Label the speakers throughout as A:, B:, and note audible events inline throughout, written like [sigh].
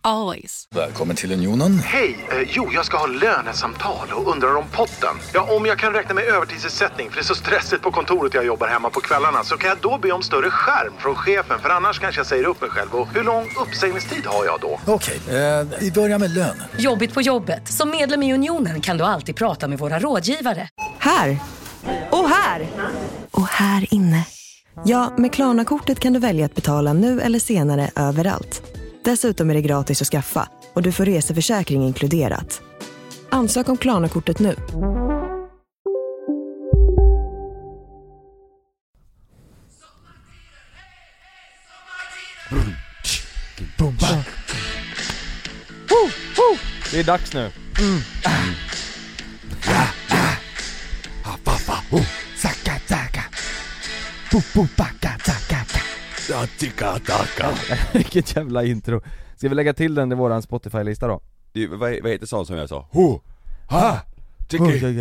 A: Always.
B: Välkommen till Unionen.
C: Hej! Eh, jo, jag ska ha lönesamtal och undrar om potten. Ja, om jag kan räkna med övertidsersättning för det är så stressigt på kontoret jag jobbar hemma på kvällarna så kan jag då be om större skärm från chefen för annars kanske jag säger upp mig själv. Och hur lång uppsägningstid har jag då?
B: Okej, eh, vi börjar med lön.
D: Jobbigt på jobbet. Som medlem i Unionen kan du alltid prata med våra rådgivare.
E: Här. Och här. Och här inne. Ja, med Klarna-kortet kan du välja att betala nu eller senare överallt. Dessutom är det gratis att skaffa och du får reseförsäkring inkluderat. Ansök om Klarna-kortet nu.
F: Det är dags nu. [laughs] Vilket jävla intro. Ska vi lägga till den i våran Spotify-lista då?
G: Det, vad, vad heter sånt som jag sa? Ho! Ha! Tiki!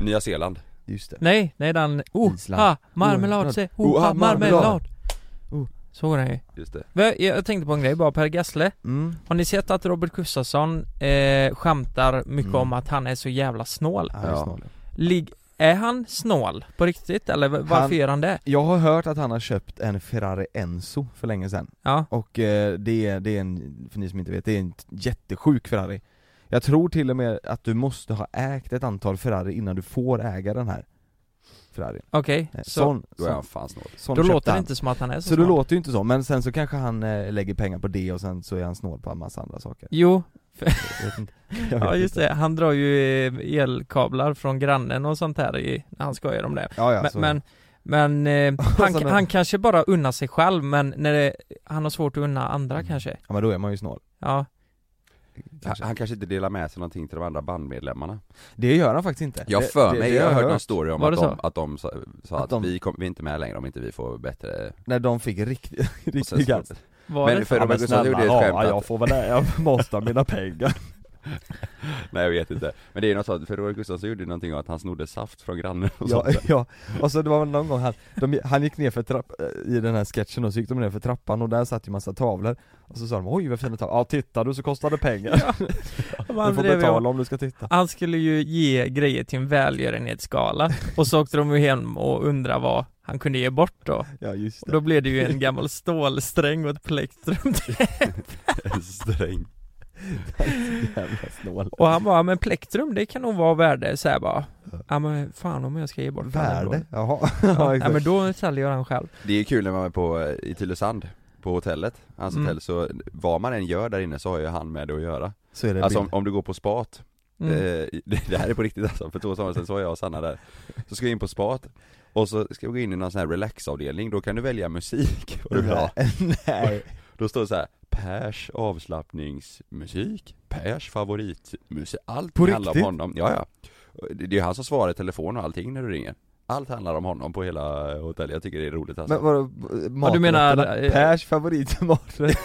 G: Nya Zeeland
F: Just det.
H: Nej, nej den... Oh,
F: Island.
H: ha, marmelad,
F: Marmelad.
H: se,
F: Oh,
H: oh, ha,
F: ah, marmelad.
H: marmelad. Oh, Så går den ju.
G: Just det
H: Va, Jag tänkte på en grej bara, Per Gessle.
F: Mm.
H: Har ni sett att Robert Gustafsson eh, skämtar mycket om att han är så jävla snål?
F: Mm. Ja, det är snål.
H: Ligg, är han snål på riktigt eller v- varför
F: Han-
H: gör han det?
F: Jag har hört att han har köpt en Ferrari Enzo för länge sedan
H: Ja,
F: Och eh, det är, det är en, för ni som inte vet, det är en jättesjuk Ferrari Jag tror till och med att du måste ha ägt ett antal Ferrari innan du får äga den här Ferrari
H: okej.
F: Nej,
H: Så,
F: Sån,
G: Då är han
F: sån,
G: fan snål
F: sån
H: då
F: köpte
H: låter det
F: han.
H: inte som att han är så,
F: Så det
H: snål.
F: låter ju inte så, men sen så kanske han eh, lägger pengar på det och sen så är han snål på en massa andra saker
H: Jo,
F: Jag
G: [laughs]
F: vet inte. Jag vet
H: ja just
F: inte.
H: det. Han drar ju eh, elkablar från grannen och sånt här i, när han skojar om det.
F: Ja, ja, så är
H: men, men, men eh,
F: [laughs]
H: han,
F: Alltså, men-
H: han kanske bara unnar sig själv men när det, han har svårt att unna andra
F: Mm.
H: kanske.
F: Ja men då är man ju snål
H: Ja,
G: han, han kanske inte delar med sig någonting till de andra bandmedlemmarna
F: Det gör han faktiskt inte
G: Jag
F: Det-
G: för
F: det-
G: mig,
F: det
G: jag har
F: har
G: hört någon story om
H: Var
G: att
H: det
G: de,
H: så?
G: att de sa, sa
F: Att
G: att,
F: de-
G: vi, kom, vi är inte med längre om inte vi får [laughs] bättre
F: När de fick
G: [laughs]
F: riktigt,
G: Och sen
F: riktigt
G: så-
F: gas
H: var
G: Men
H: det?
G: för Robert Gustafsson gjorde ju ett skämt att,
F: får väl jag måste ha mina pengar
G: nej jag vet inte Men det är ju något sånt, för Robert Gustafsson gjorde ju någonting om att han snodde saft från grannen och
F: ja,
G: sånt där.
F: [laughs] ja, och så det var väl någon gång han, de, han gick ner för trapp, eh, i den här sketchen och så gick de ner för trappan och där satt ju massa tavlor Och så sa de 'Oj vad fina tavlor' 'Ja titta du så kostar det
H: [laughs]
F: pengar,
H: Man
F: du får
H: drev ju om-
F: betala om du ska titta'
H: Han skulle ju ge grejer till
F: [laughs]
H: en välgörenhetsskala och så åkte de ju hem och undrade vad han kunde ge bort då.
F: Ja just
H: Och då blev det ju en gammal stålsträng och
F: [laughs]
H: ett plektrum
G: [laughs] En Sträng
F: jävla snål
H: Och han bara, men plektrum det kan nog vara värde så här bara Ja men fan om jag ska ge bort den här
F: [laughs]
H: då."
F: Värde? Jaha,
H: Ja,
F: ja,
H: ja men
F: exakt.
H: då säljer jag den själv
G: Det är kul när man är på, eh, i Tylösand på hotellet, hans
H: Mm.
G: hotell, så vad man än gör där inne så har ju han med det att göra
F: Så är det
G: Alltså om,
F: bild.
G: om du går på spat
H: mm.
G: Eh, [laughs] Det det här är på riktigt alltså, för två somrar sedan så var jag och Sanna där Så ska jag in på spat och så ska jag gå in i någon sån här relaxavdelning, då kan du välja musik [laughs] och du vill ha.
F: [laughs] Nej,
G: Då står det så här Pers avslappningsmusik, Pers favoritmusik, allt
F: På
G: handlar om
F: riktigt?
G: honom, ja ja Det det är han som svarar i telefon och allting när du ringer Allt handlar om honom på hela hotellet, jag tycker det är roligt alltså
F: men vadå, maträtterna?
H: du menar, eh,
F: Pers [laughs] favoritmaträtt,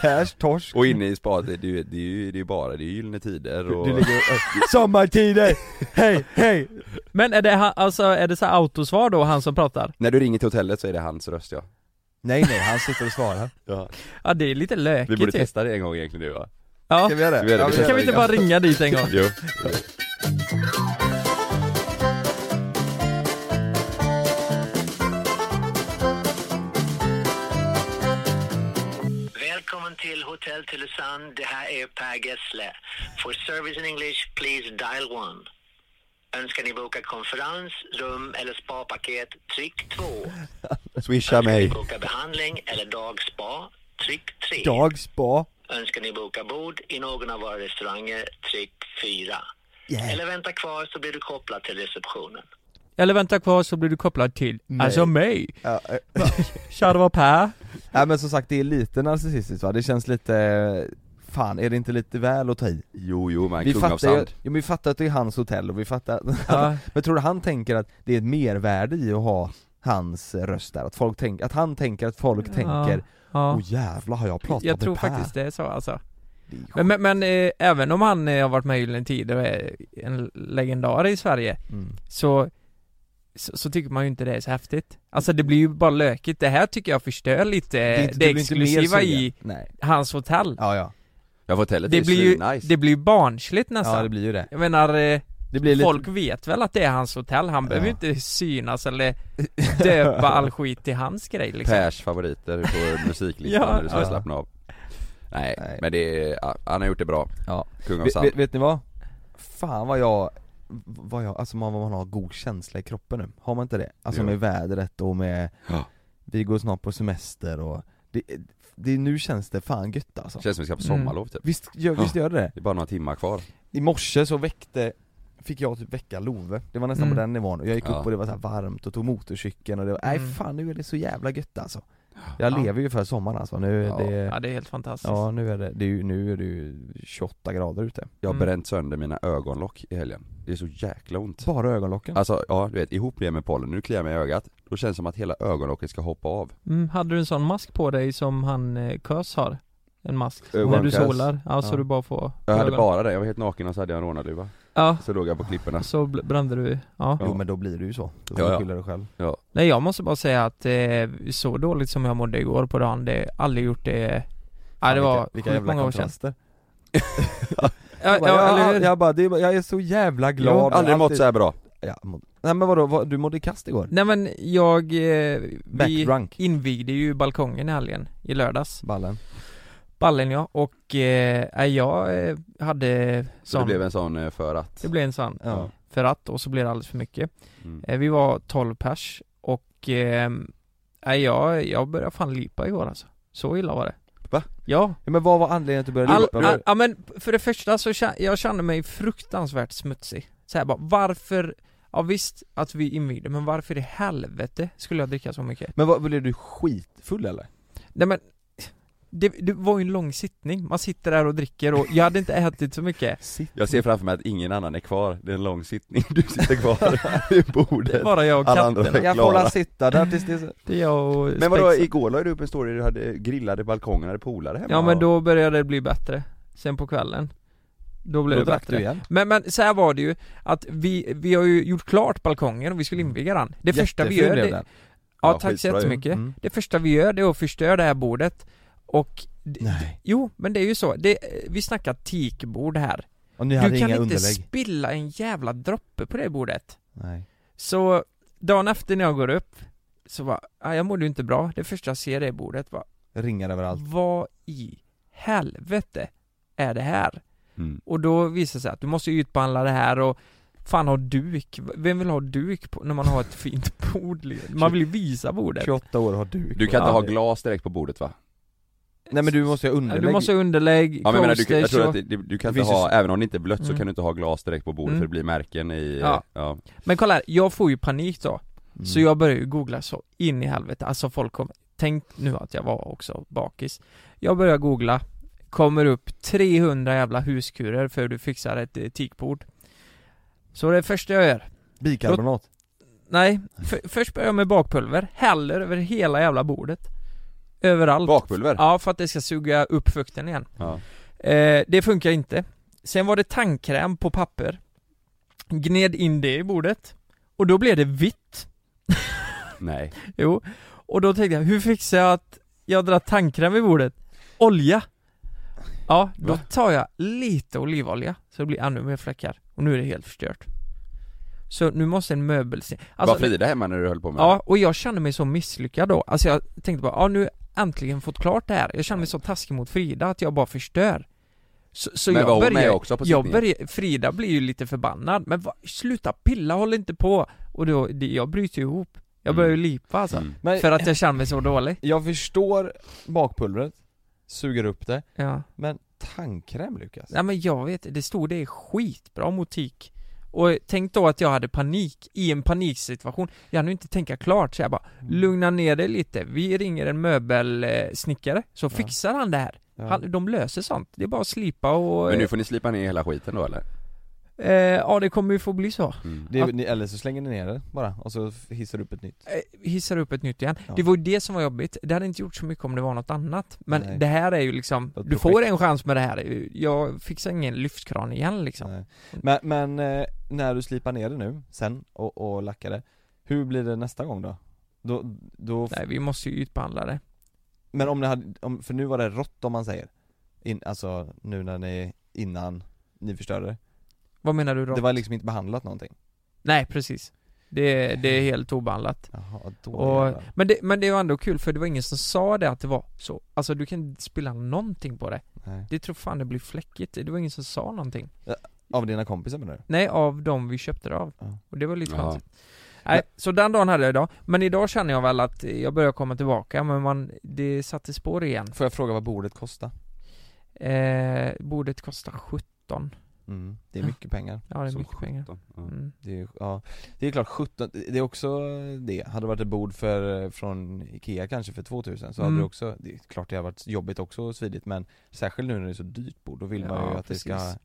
F: Pers torsk
G: Och inne i spat, det är ju, det är ju, det är ju bara, det är ju gyllene tider och
F: Du ligger och, sommartider! Hej, hej!
H: Men är det han, alltså är det så här autosvar då han som pratar?
G: När du ringer till hotellet så är det hans röst ja
F: Nej nej, han sitter och svarar
G: Ja,
H: Ja det är lite
G: vi
H: lökigt
G: borde
H: ju.
G: testa det en gång egentligen nu va?
H: Ja,
F: Ska vi göra
G: Ska vi göra
F: det?
G: det?
H: kan vi inte bara ringa dit en gång?
G: [laughs]
F: [laughs]
G: Jo
I: Välkommen till Hotel Tylösand. Det här är Per Gessle. For service in English, please dial 1. Önskar ni boka konferens, rum eller spapaket, tryck
F: [laughs]
I: 2.
G: Swisha mig
I: Boka behandling eller dagspa, tryck 3.
F: Dag, spa,
I: Önskar ni boka bord i någon av våra restauranger, tryck 4.
F: Yeah.
I: Eller vänta kvar så blir du kopplad till receptionen.
H: Eller vänta kvar så blir du kopplad till, alltså mig!
F: Ja, eh,
H: [laughs] Charva Per!
F: Nej men som sagt det är lite narcissistiskt va, det känns lite, fan är det inte lite väl att ta i?
G: Jo, jo men
F: Vi
G: kung av
F: fattar, ju,
G: sand
F: jo, men [laughs] vi fattar att det är hans hotell och vi fattar att,
H: Ja.
F: men tror du han tänker att det är ett mervärde i att ha hans eh, röst där, att folk tänker, att han tänker att folk
H: Ja.
F: tänker
H: Ja.
F: Åh jävlar har jag pratat
H: jag tror
F: med Per?
H: faktiskt det är så alltså.
F: Det är sjukt.
H: Men, men, men eh, även om han eh, har varit med i Gyllene Tider och är en legendar i Sverige
F: Mm.
H: så, så, så tycker man ju inte det är så häftigt. Alltså det blir ju bara lökigt. Det här tycker jag förstör lite det,
F: inte- blir inte mer
H: exklusiva
F: sugen.
H: i
F: Nej,
H: hans hotell.
F: ja ja,
G: Ja för hotellet
H: det,
G: är
H: blir ju,
G: nice.
H: det blir ju barnsligt nästan.
F: ja det blir ju det
H: Jag menar, eh,
F: Det blir lite,
H: folk vet väl att det är hans hotell. Han behöver ju inte synas eller
F: [laughs]
H: döpa all skit till hans grej liksom.
G: Pers favoriter på musiklistan
H: Ja,
G: när du ska
F: ja.
G: slappna av Nej,
F: Nej.
G: men det är, ja, han har gjort det bra,
F: ja.
G: kung av
F: vet,
G: sand
F: vet, vet ni vad? Fan vad jag, vad jag, alltså man, vad man har god känsla i kroppen nu, har man inte det? Alltså
G: Jo.
F: med vädret och med,
G: Ja.
F: vi går snart på semester och, det, det, nu känns det fan gött alltså
G: Känns som vi ska på sommarlov typ
F: Visst gör, visst gör det det?
G: Det är bara några timmar kvar
F: I morse så väckte, fick jag typ väcka Love, det var nästan
H: Mm.
F: på den nivån, och jag gick
G: Ja.
F: upp och det var så här varmt och tog motorcykeln och det var, nej
H: Mm.
F: fan nu är det så jävla gött alltså Jag
H: Ja.
F: lever ju för sommaren alltså, nu är
G: Ja.
F: det,
H: Ja det är helt fantastiskt.
F: ja nu är det, det är ju, nu är det ju 28 grader ute
G: Jag har
H: Mm.
G: bränt sönder mina ögonlock i helgen Det är så jäkla ont
F: Bara ögonlocken?
G: Alltså ja, du vet ihop det med pollen, nu kliar jag mig i ögat Då känns det som att hela ögonlocket ska hoppa av
H: Mm, hade du en sån mask på dig som han eh, Kös har? En mask?
G: Eh,
H: när
G: Juan
H: du
G: Kös?
H: solar? Ja, så
F: Ja.
H: du bara får
G: Jag hade
H: ögon.
G: bara det, jag var helt naken och så hade jag en rånarluva
H: Ja,
G: Så låg jag på klipporna
H: och så bl- brände du, ja.
F: Jo men då blir det ju så, då får
G: Ja,
F: du
G: ja.
F: skylla dig själv
H: Nej jag måste bara säga att eh, så dåligt som jag mådde igår på dagen, det har aldrig gjort det Ja
F: Fan,
H: det var
F: vilka, vilka
H: sjukt
F: jävla
H: många år sedan
F: kontraster
H: ja,
F: jag, bara, jag,
H: eller
F: jag,
H: hur?
F: bara, det är, bara- jag är så jävla
G: Jag
F: glad
G: har aldrig mått
F: Alltid-
G: så här bra
F: ja, må- Nej men vadå, vad, du mådde kast igår?
H: Nej men jag, eh, Mm, vi
F: Backdrunk,
H: invigde ju balkongen i helgen, i lördags
F: ballen
H: Ballen ja, och eh, nej, jag eh, hade
G: Så
H: sån
G: det blev en sån eh, för att
H: det blev en sån
F: Ja.
H: för att och så blev det alldeles för mycket
G: mm.
H: Eh, Vi var 12 pers och eh, nej, jag, jag började fan lipa igår alltså. Så illa var det.
G: Va?
H: Ja.
F: ja, Men vad var anledningen till att du började
H: All,
F: lupa?
H: all, ja men för det första så kä- jag kände mig fruktansvärt smutsig. Så här bara, varför, ja visst att vi invigde, men varför i helvete skulle jag dricka så mycket?
F: Men vad, blev du skitfull eller?
H: Nej men, det, det var ju en lång sittning, man sitter där och dricker och jag hade inte ätit så mycket.
F: Sitt.
G: Jag ser framför mig att ingen annan är kvar, det är en lång sittning, du sitter kvar [laughs] vid bordet
H: Bara jag och
G: Alla andra
H: katterna.
G: är
F: Jag får
G: klara
F: la sitta där tills det är så...
H: Det är jag och
G: Men vadå,
H: Spexen.
G: igår la du upp en story där du hade grillade balkonger, hade polare hemma
H: Ja men
G: och-
H: då började det bli bättre Sen på kvällen Då blev
F: Då
H: det
F: drack
H: bättre
F: du igen
H: Men, men så här var det ju Att vi, vi har ju gjort klart balkongen och vi skulle inviga den Det första vi gör
F: Jättefin blev
H: det,
F: den.
H: Ja
G: Ja,
H: tack så
G: skitbra ju.
H: jättemycket
F: Mm.
H: Det första vi gör det är att förstöra det här bordet Och d-
F: Nej,
H: Jo, men det är ju så, det, vi snackar teakbord här
F: och ni hade
H: Du kan
F: inga
H: inte
F: underlägg?
H: spilla en jävla droppe på det bordet
F: Nej
H: så dagen efter när jag går upp Så bara, "Ah, jag mådde ju inte bra Det första jag ser är bordet bara,
F: Ringar överallt
H: Vad i helvete är det här?
G: Mm.
H: Och då visar det sig att du måste ju utbehandla det här och Fan ha duk, vem vill ha duk på, när man har ett fint [laughs] bord? liksom? Man vill ju visa bordet
F: 28 år har du
G: Du kan inte
F: Ja.
G: ha glas direkt på bordet va?
F: Nej men du måste ju ha
H: Ja,
F: underlägg
H: Du måste ha underlägg,
G: Ja men jag menar, du, kan- jag
H: coasters
G: tror
H: och-
G: att det, det- du kan
F: Det
G: inte
F: finns ju
G: ha, även om det inte är blött så
H: Mm.
G: kan du inte ha glas direkt på bordet
H: Mm.
G: för det blir märken i,
H: Ja.
G: ja,
H: Men kolla här, jag får ju panik då
F: Mm.
H: Så jag börjar ju googla så in i helvete, alltså folk kommer Tänk nu att jag var också bakis Jag börjar googla Kommer upp 300 jävla huskurer för hur du fixar ett eh, teakbord Så det första jag gör
F: Mm. Bikarbonat
H: Nej, för, först börjar jag med bakpulver, häller över hela jävla bordet Överallt
G: Bakpulver?
H: Ja, för att det ska suga upp fukten igen
G: Ja.
H: eh, Det funkar inte Sen var det tandkräm på papper Gned in det i bordet Och då blev det vitt
G: Nej,
H: Jo, och då tänkte jag, hur fixar jag att jag drar tandkräm i bordet? Olja! Ja, då
G: Va?
H: tar jag lite olivolja, så det blir ännu mer fläckar. Och nu är det helt förstört. Så nu måste en möbel se. alltså,
G: var Frida hemma när du höll på med
H: Ja, och jag kände mig så misslyckad då. Alltså jag tänkte bara, ja nu har jag äntligen fått klart det här. Jag kände mig så taskig mot Frida att jag bara förstör. Så, så
G: Men
H: jag
G: var hon med
H: började-
G: också på
H: jag
G: sittningen?
H: började, Frida blir ju lite förbannad, men va, sluta pilla, håll inte på! Och då, det, jag bryter ihop. Jag börjar ju lipa alltså.
G: Mm.
F: Men
H: För att jag känner mig så dålig.
F: jag förstår bakpulvret, suger upp det,
H: Ja.
F: men tandkräm Lukas?
H: Nej men jag vet det stod det är skitbra motik. Och tänk då att jag hade panik i en paniksituation. Jag hann ju inte tänka klart så jag bara
F: Mm.
H: lugna ner dig lite. Vi ringer en möbelsnickare så fixar han det här.
F: Ja.
H: Han, de löser sånt. Det är bara att slipa och...
G: Men nu får ni slipa ner hela skiten då eller?
H: Eh, ja det kommer ju få bli så.
F: Det, ni, eller så slänger ni ner det bara, och så hissar du upp ett nytt
H: Eh, hissar upp ett nytt igen.
F: Ja.
H: Det var ju det som var jobbigt. Det hade inte gjort så mycket om det var något annat. Men
F: Nej.
H: det här är ju liksom,
F: Ett
H: du får
F: projekt.
H: en chans med det här. Jag fixar ingen lyftkran igen liksom.
F: Nej. Eh, Men, men eh, när du slipar ner det nu, sen, och, och lackar det Hur blir det nästa gång då? Då, då
H: Nej vi måste ju utbehandla det.
F: men om ni hade, om, för nu var det rått om man säger In, Alltså nu när ni, innan ni förstörde det
H: Vad menar du då?
F: Det var liksom inte behandlat någonting
H: Nej precis. Det, det är helt obehandlat.
F: Jaha, då
H: Och,
F: jävlar.
H: men, det, men det var ändå kul för det var ingen som sa det att det var så. Alltså du kan inte spilla någonting på det.
F: Nej.
H: Det tror fan det blir fläckigt. Det var ingen som sa någonting.
F: Av dina kompisar menar du?
H: Nej, av dem vi köpte det av.
F: Ja.
H: Och det var lite
G: Jaha.
H: konstigt. Nej, så den dagen hade jag idag. Men idag känner jag väl att jag börjar komma tillbaka, men man, det satte spår igen.
F: Får jag fråga vad bordet kostar?
H: Eh, bordet kostar 17.
F: Mm. Det är mycket pengar
H: Ja, det är
G: Som
H: mycket pengar.
G: sjutton. Ja.
H: Mm.
F: Det är, ju- ja, det är klart 17, det är också det. Hade det varit ett bord för, från Ikea kanske för 2000 så hade
H: Mm.
F: det också, det är klart det har varit jobbigt också och svidigt men särskilt nu när det är så dyrt bord, då vill man
H: Ja,
F: ju att det
H: precis.
F: ska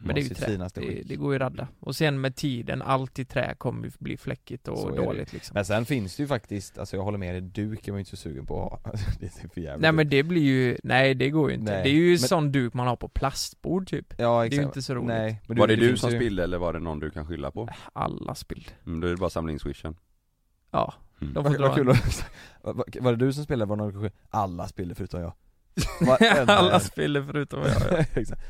H: Men det är ju
F: sitt
H: trä.
F: finaste
H: Det,
F: skick.
H: det går ju radda. Och sen med tiden, allt i trä kommer ju bli fläckigt och
F: Så är det.
H: dåligt liksom.
F: Men sen finns det ju faktiskt, alltså jag håller med dig, duk är man ju inte så sugen på att ha. [laughs] Det är typ för jävligt
H: Nej men det blir ju, nej det går ju inte.
F: Nej,
H: Det är ju
F: men-
H: sån duk man har på plastbord typ.
F: ja,
H: Det är ju inte så roligt.
F: Nej, men
G: Var det du
F: finns
G: som
F: ju-
G: spillde eller var det någon du kan skylla på?
H: Äh, Alla spill.
G: Mm, då är det bara samlingswishen
H: Ja.
G: Mm.
H: De får
F: Vad,
H: dra
F: vad
H: en.
F: kul
H: [laughs]
F: att- [laughs] vad- Var det du som spelade? Var det någon, alla spillde förutom
H: [laughs]
F: jag Varenda
H: Alla
F: en.
H: spiller förutom jag.
F: [laughs]
H: ja.
F: Exakt.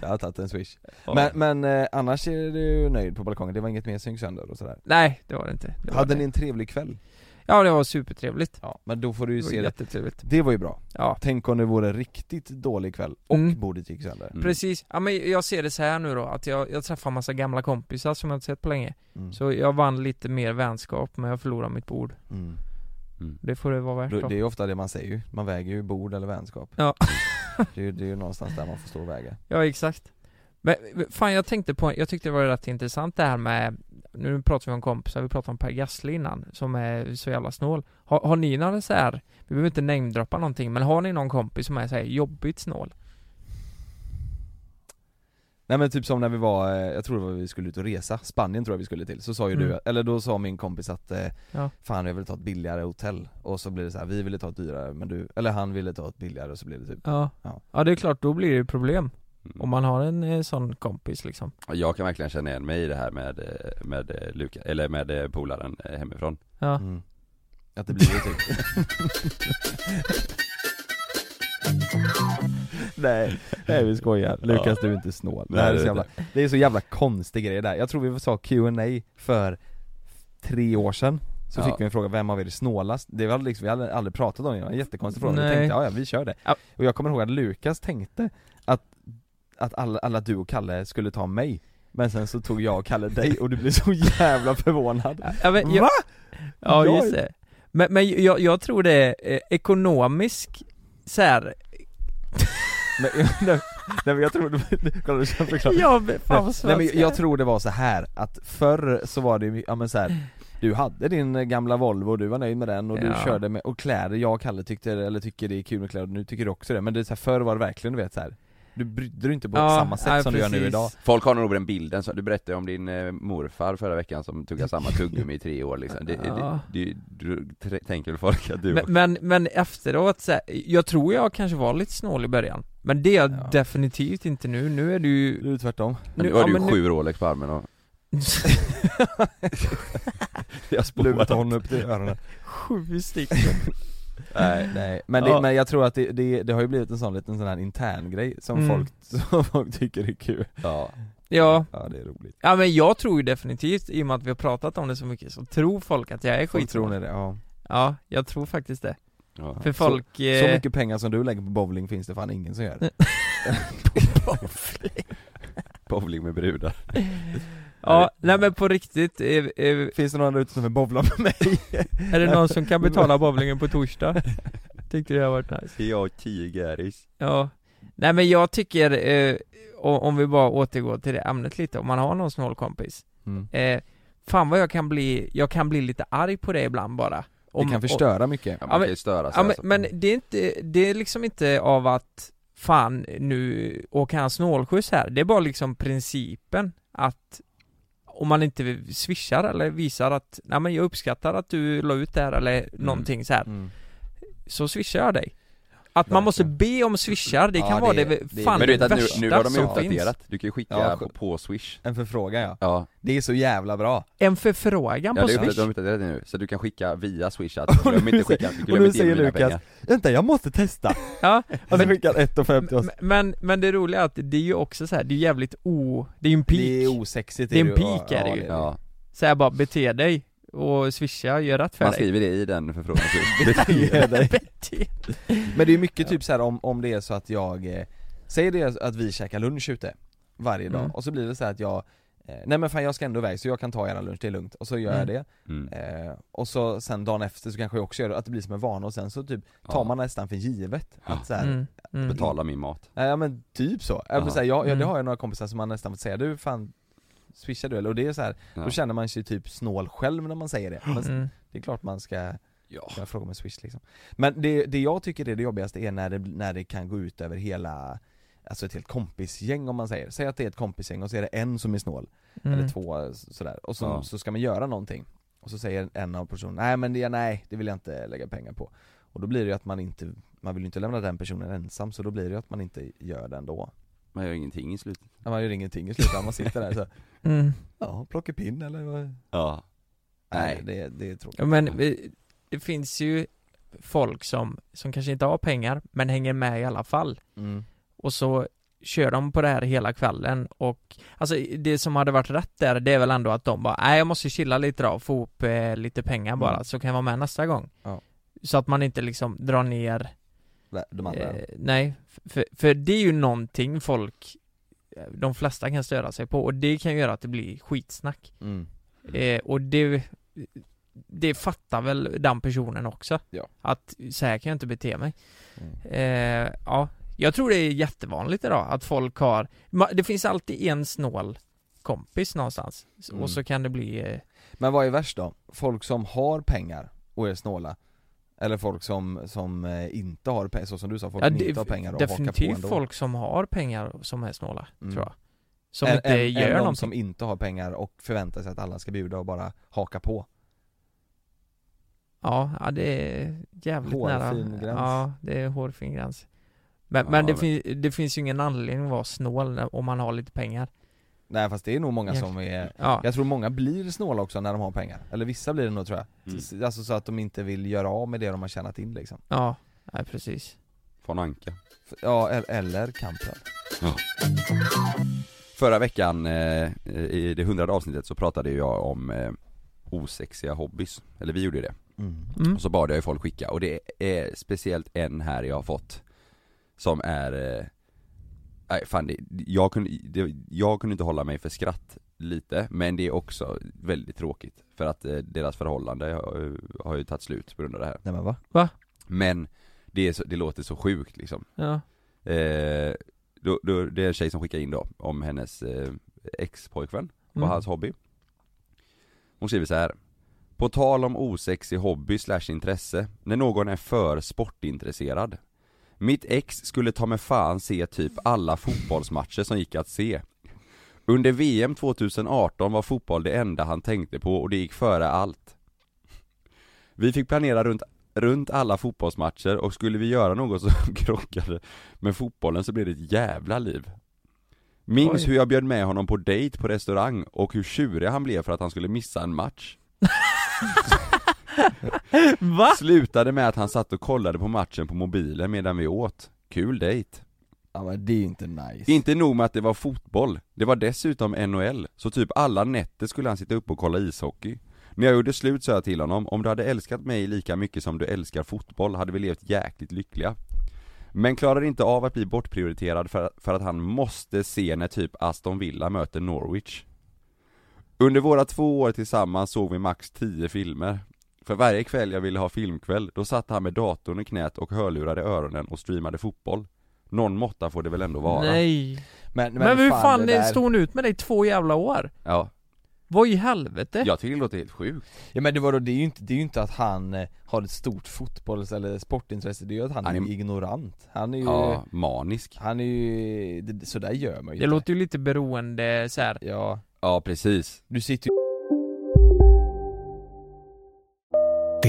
F: Så jag har tagit en swish Men, men eh, annars är du nöjd på balkongen, det var inget mer synk sönder och sådär
H: Nej, det var det inte. Det var
F: Hade
H: det.
F: ni en trevlig kväll?
H: Ja, det var supertrevligt.
F: Ja, men då får du
H: Det
F: ju
H: var
F: se det
H: jättetrevligt.
F: Det var ju bra,
H: Ja,
F: tänk om det vore en riktigt dålig kväll och
H: Mm.
F: bordet gick sönder
G: Mm.
H: precis. Ja, men jag ser det så här nu då, att jag, jag träffar en massa gamla kompisar som jag inte sett på länge.
F: mm.
H: Så jag vann lite mer vänskap, men jag förlorade mitt bord.
F: Mm.
H: Det får det vara värt
F: Då,
H: då.
F: det är ju ofta det man säger ju, man väger ju bord eller vänskap
H: Ja.
F: det, är, ju- det är ju någonstans där man får stå och väga
H: Ja, exakt. Men fan, jag tänkte på, jag tyckte det var rätt intressant det här med, nu pratar vi om kompisar, vi pratade om Per Gessle innan, som är så jävla snål. Har, har ni några så här, vi behöver inte namedroppa någonting, men har ni någon kompis som är så här jobbigt snål?
F: Nej men typ som när vi var, eh, jag tror det var vi skulle ut och resa, Spanien tror jag vi skulle till, så sa ju
H: Mm.
F: du, eller då sa min kompis att eh,
H: Ja.
F: Fan jag vill ta ett billigare hotell, och så blir det så här, vi ville ta ett dyrare men du, eller han ville ta ett billigare och så blev det typ
H: Ja.
F: Ja.
H: Ja, det är klart, då blir det ju problem.
G: Mm.
H: Om man har en eh, sån kompis liksom.
G: Jag kan verkligen känna igen mig i det här med, eh, med eh, Luka, eller med eh, polaren eh, hemifrån
H: Ja.
F: Mm. Att det blir det typ Nej, [laughs] nej vi skojar. Lukas du är inte snål. Det, här är så jävla, det är så jävla konstig grej där. Jag tror vi sa Q&A för tre år sedan så
G: Ja.
F: fick vi en fråga, vem av er är snålast? Det var liksom, vi hade aldrig pratat om det innan, en jättekonstig fråga,
H: Nej.
F: vi tänkte ja, ja vi kör det
H: Ja.
F: Och jag kommer ihåg att Lukas tänkte att, att alla, alla du och Kalle skulle ta mig Men sen så tog jag och Kalle dig och du blev så [laughs] jävla
H: [laughs]
F: förvånad
H: Ja, men, jag,
F: Va?
H: ja
F: Jag-
H: just det. Men, men jag, jag tror det är eh, ekonomisk så här.
F: Men, [laughs] nej, nej men jag tror, [laughs] kolla du ska förklara
H: Ja, men fan vad
F: Nej men
H: svensk
F: jag tror det var så här att förr så var det ju, ja men så här. Du hade din eh, gamla Volvo och du var nöjd med den och du
H: Ja.
F: körde med, och kläder, jag och Kalle tyckte, eller tycker det är kul med kläder och nu tycker du också det men det är så här, förr var det verkligen du vet så här. Du brydde dig inte på samma sätt
H: nej,
F: som du gör nu
H: precis.
F: idag
G: Folk har nog den bilden, så du berättade ju om din eh, morfar förra veckan som tuggade samma tuggummi i tre år liksom. det,
H: Ja.
G: det, du, du tre, tänker väl folk att du
H: Men, men, men efteråt så här, jag tror jag kanske var lite snål i början. Men det är jag
F: Ja.
H: definitivt inte nu, nu är du ju...
F: Du är [laughs] tvärtom
G: Men nu
H: ja,
G: har du ju
H: men nu-
G: sju Rolex på armen och jag
F: Lutar honom upp till öronen
H: [laughs] Sju stycken.
F: Nej nej, men, det,
H: Ja.
F: men jag tror att det, det, det har ju blivit en sån liten sån här intern grej som,
H: Mm.
F: folk, [laughs] som folk tycker är kul
G: Ja,
H: Ja,
F: Ja det är roligt
H: ja men jag tror ju definitivt, i och med att vi har pratat om det så mycket, så tror folk att jag är
F: Folk tror
H: skitsnål.
F: ni det, ja
H: Ja, jag tror faktiskt det.
G: ja.
H: För folk...
F: Så
H: eh,
F: mycket pengar som du lägger på bowling finns det fan ingen som gör
G: Bowling med brudar
H: [laughs] Ja, nej men på riktigt, eh, eh,
F: Finns det någon där ute som vill bowla med
H: [laughs]
F: mig?
H: är det någon som kan betala bowlingen
F: [laughs]
H: på torsdag? Tyckte det har varit nice.
G: Jag och tio gäris
H: Ja, nej men jag tycker, eh, o- om vi bara återgår till det ämnet lite, om man har någon snål kompis
F: Mm.
H: eh, Fan vad jag kan bli, jag kan bli lite arg på det ibland bara
F: Det kan förstöra mycket
G: Ja,
H: Ja,
G: man
H: men-
G: kan ju störa sig
H: Ja men,
G: alltså.
H: men det är inte, det är liksom inte av att Fan, nu åker han snålskjuts här, det är bara liksom principen att om man inte swishar eller visar att, nej men jag uppskattar att du la ut det här eller någonting så här
F: Mm.
H: så swishar jag dig. Att man måste be om swishar, det kan
F: Ja,
H: vara
F: det-
H: det,
F: det-
H: fan
G: Men
H: det,
G: du vet att nu,
H: värsta
G: nu har de ju
H: som finns.
G: uppdaterat, du kan ju skicka
F: Ja,
G: på, på swish
F: En förfrågan ja.
G: Ja,
F: Det är så jävla bra.
H: En förfrågan
G: ja
H: på
G: det är uppdaterat,
H: Swish.
G: de har uppdaterat det nu, så du kan skicka via
F: [laughs]
G: swish att glöm inte skicka, glöm
F: och nu
G: inte ge
F: säger
G: mig mina
F: Lukas,
G: pengar
F: vänta jag måste testa.
H: [laughs]
G: [laughs]
H: Ja,
F: Och så skickar han 1,50
H: Alltså, men, men, men det roliga är att det är ju också så här, det är jävligt o... Det är ju en peak.
F: Det är osexigt.
H: Det är en
F: ju.
H: peak är det ju.
G: Ja,
H: Så här bara, bete dig och swisha, gör rätt för
G: man
H: dig. Typ.
G: skriver det i
F: [laughs]
G: den förfrågan
F: Ja,
H: [laughs]
F: det är-
H: Bete.
F: Men det är mycket typ så här om, om det är så att jag, eh, säger det att vi käkar lunch ute varje dag
H: Mm.
F: och så blir det så här att jag eh, Nej men fan jag ska ändå iväg så jag kan ta era lunch, det är lugnt. Och så gör jag
H: Mm.
F: det,
G: mm.
F: eh, och så sen dagen efter så kanske jag också gör det, att det blir som en vana och sen så typ tar
G: Ja.
F: man nästan för givet att så här,
H: Mm, mm.
G: Betala min mat
F: Nej, Ja men typ så, ja, men
G: Jaha.
F: så här, jag, jag, det
H: Mm.
F: har jag några kompisar som man nästan fått säga du fan swishar du eller? Och det är så här,
G: Ja.
F: då känner man sig typ snål själv när man säger det men
H: Mm.
F: Det är klart man ska
G: Ja.
F: kunna fråga med swish liksom Men det, det jag tycker är det jobbigaste är när det, när det kan gå ut över hela Alltså ett helt kompisgäng om man säger, säg att det är ett kompisgäng och så är det en som är snål, eller
H: Mm.
F: två sådär, och så,
G: Ja.
F: så ska man göra någonting Och så säger en av personerna, nej men det, nej, det vill jag inte lägga pengar på Och då blir det ju att man inte, man vill ju inte lämna den personen ensam så då blir det ju att man inte gör det ändå
G: Man gör ingenting i slutet
F: När man gör ingenting i slutändan, man sitter där så,
H: Mm.
F: ja plockepinn eller vad?
G: Ja
F: Nej
G: Nej.
F: det, det är tråkigt
H: Ja, men vi- det finns ju folk som, som kanske inte har pengar, men hänger med i alla fall.
F: mm.
H: Och så kör de på det här hela kvällen och alltså det som hade varit rätt där, det är väl ändå att de bara, nej jag måste chilla lite då, få ihop eh, lite pengar bara,
F: Mm.
H: så kan jag vara med nästa gång.
F: Ja.
H: Så att man inte liksom drar ner
F: De andra,
H: Eh, nej, f- för, för det är ju någonting folk eh, de flesta kan störa sig på och det kan göra att det blir skitsnack.
F: mm.
H: Eh, och det, det fattar väl den personen också.
F: Ja.
H: Att så här kan jag inte bete mig.
F: Mm.
H: Eh, ja, jag tror det är jättevanligt idag att folk har, ma- det finns alltid en snål kompis någonstans S-
F: Mm.
H: och så kan det bli eh,
F: Men vad är värst då? Folk som har pengar och är snåla? Eller folk som, som eh, inte har pengar, så som du sa, folk
H: ja,
F: som
H: det-
F: inte har pengar och hakar på
H: definitivt
F: ändå?
H: folk som har pengar som är snåla,
F: Mm.
H: tror jag. Som
F: Än-
H: inte
F: än-
H: gör
F: än de
H: någonting.
F: som inte har pengar och förväntar sig att alla ska bjuda och bara haka på
H: Ja, ja det är jävligt nära
F: Hårfin gräns.
H: Ja, det är hårfin gräns Men,
G: Ja,
H: men, det,
G: men-
H: Fin, det finns ju ingen anledning att vara snål när, om man har lite pengar
F: Nej fast det är nog många
H: Ja.
F: som är
H: Ja,
F: Jag tror många blir snåla också när de har pengar, eller vissa blir det nog tror jag
G: Mm.
F: Alltså så att de inte vill göra av med det de har tjänat in liksom
H: ja, nej, precis
G: Från Anka
F: F- Ja, el- eller kampen
G: Förra veckan, eh, i det hundrade avsnittet, så pratade ju jag om eh, osexiga hobbys. Eller vi gjorde ju det.
F: mm.
H: mm.
G: Och så bad jag ju folk skicka, och det är speciellt en här jag har fått Som är... eh, Nej fan, det, jag, kunde, det, jag kunde inte hålla mig för skratt lite, men det är också väldigt tråkigt För att eh, deras förhållande har, eh, har ju tagit slut på grund av det här
F: Nej men va?
G: Men det, är så, det låter så sjukt liksom
H: Ja,
G: eh, då, då, Det är en tjej som skickar in då, om hennes eh, ex-pojkvän och
H: Mm.
G: hans hobby Hon skriver så här På tal om osexig hobby slash intresse, när någon är för sportintresserad Mitt ex skulle ta med fan se typ alla fotbollsmatcher som gick att se Under VM 2018 var fotboll det enda han tänkte på och det gick före allt Vi fick planera runt, runt alla fotbollsmatcher och skulle vi göra något som [laughs] krockade med fotbollen så blev det ett jävla liv Minns
H: Oj.
G: hur jag bjöd med honom på dejt på restaurang och hur tjurig han blev för att han skulle missa
F: [laughs]
G: en match
H: Va?
G: Slutade med att han satt och kollade på matchen på mobilen medan vi åt Kul dejt
F: Ja men det är ju inte nice
G: Inte nog med att det var fotboll, det var dessutom NHL, så typ alla nätter skulle han sitta upp och kolla ishockey. När jag gjorde slut sa jag till honom, om du hade älskat mig lika mycket som du älskar fotboll hade vi levt jäkligt lyckliga. Men klarar inte av att bli bortprioriterad för, för att han måste se när typ Aston Villa möter Norwich. Under våra två år tillsammans såg vi max 10 filmer. För varje kväll jag ville ha filmkväll, då satt han med datorn i knät och hörlurar i öronen och streamade fotboll. Någon måtta får det väl ändå vara?
H: Nej
F: Men,
H: Men, hur fan
F: det där-
H: stod hon ut med dig två jävla år?
G: Ja,
H: Vad i helvete?
G: jag tycker det låter helt sjukt.
F: Ja men det, var då, det, är ju inte, det är ju inte att han eh, har ett stort fotbolls eller sportintresse, det är ju att han,
G: Han
F: är,
G: är-
F: ignorant Han är ju,
G: Ja, manisk.
F: han är ju, det, sådär gör man ju
H: Det
F: inte
H: låter ju lite beroende så här.
F: Ja,
G: Ja, precis.
F: Du sitter
J: Det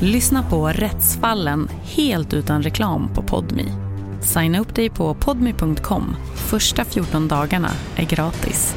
K: Lyssna på Rättsfallen helt utan reklam på Podmi. Signa upp dig på podmi.com. Första 14 dagarna är gratis.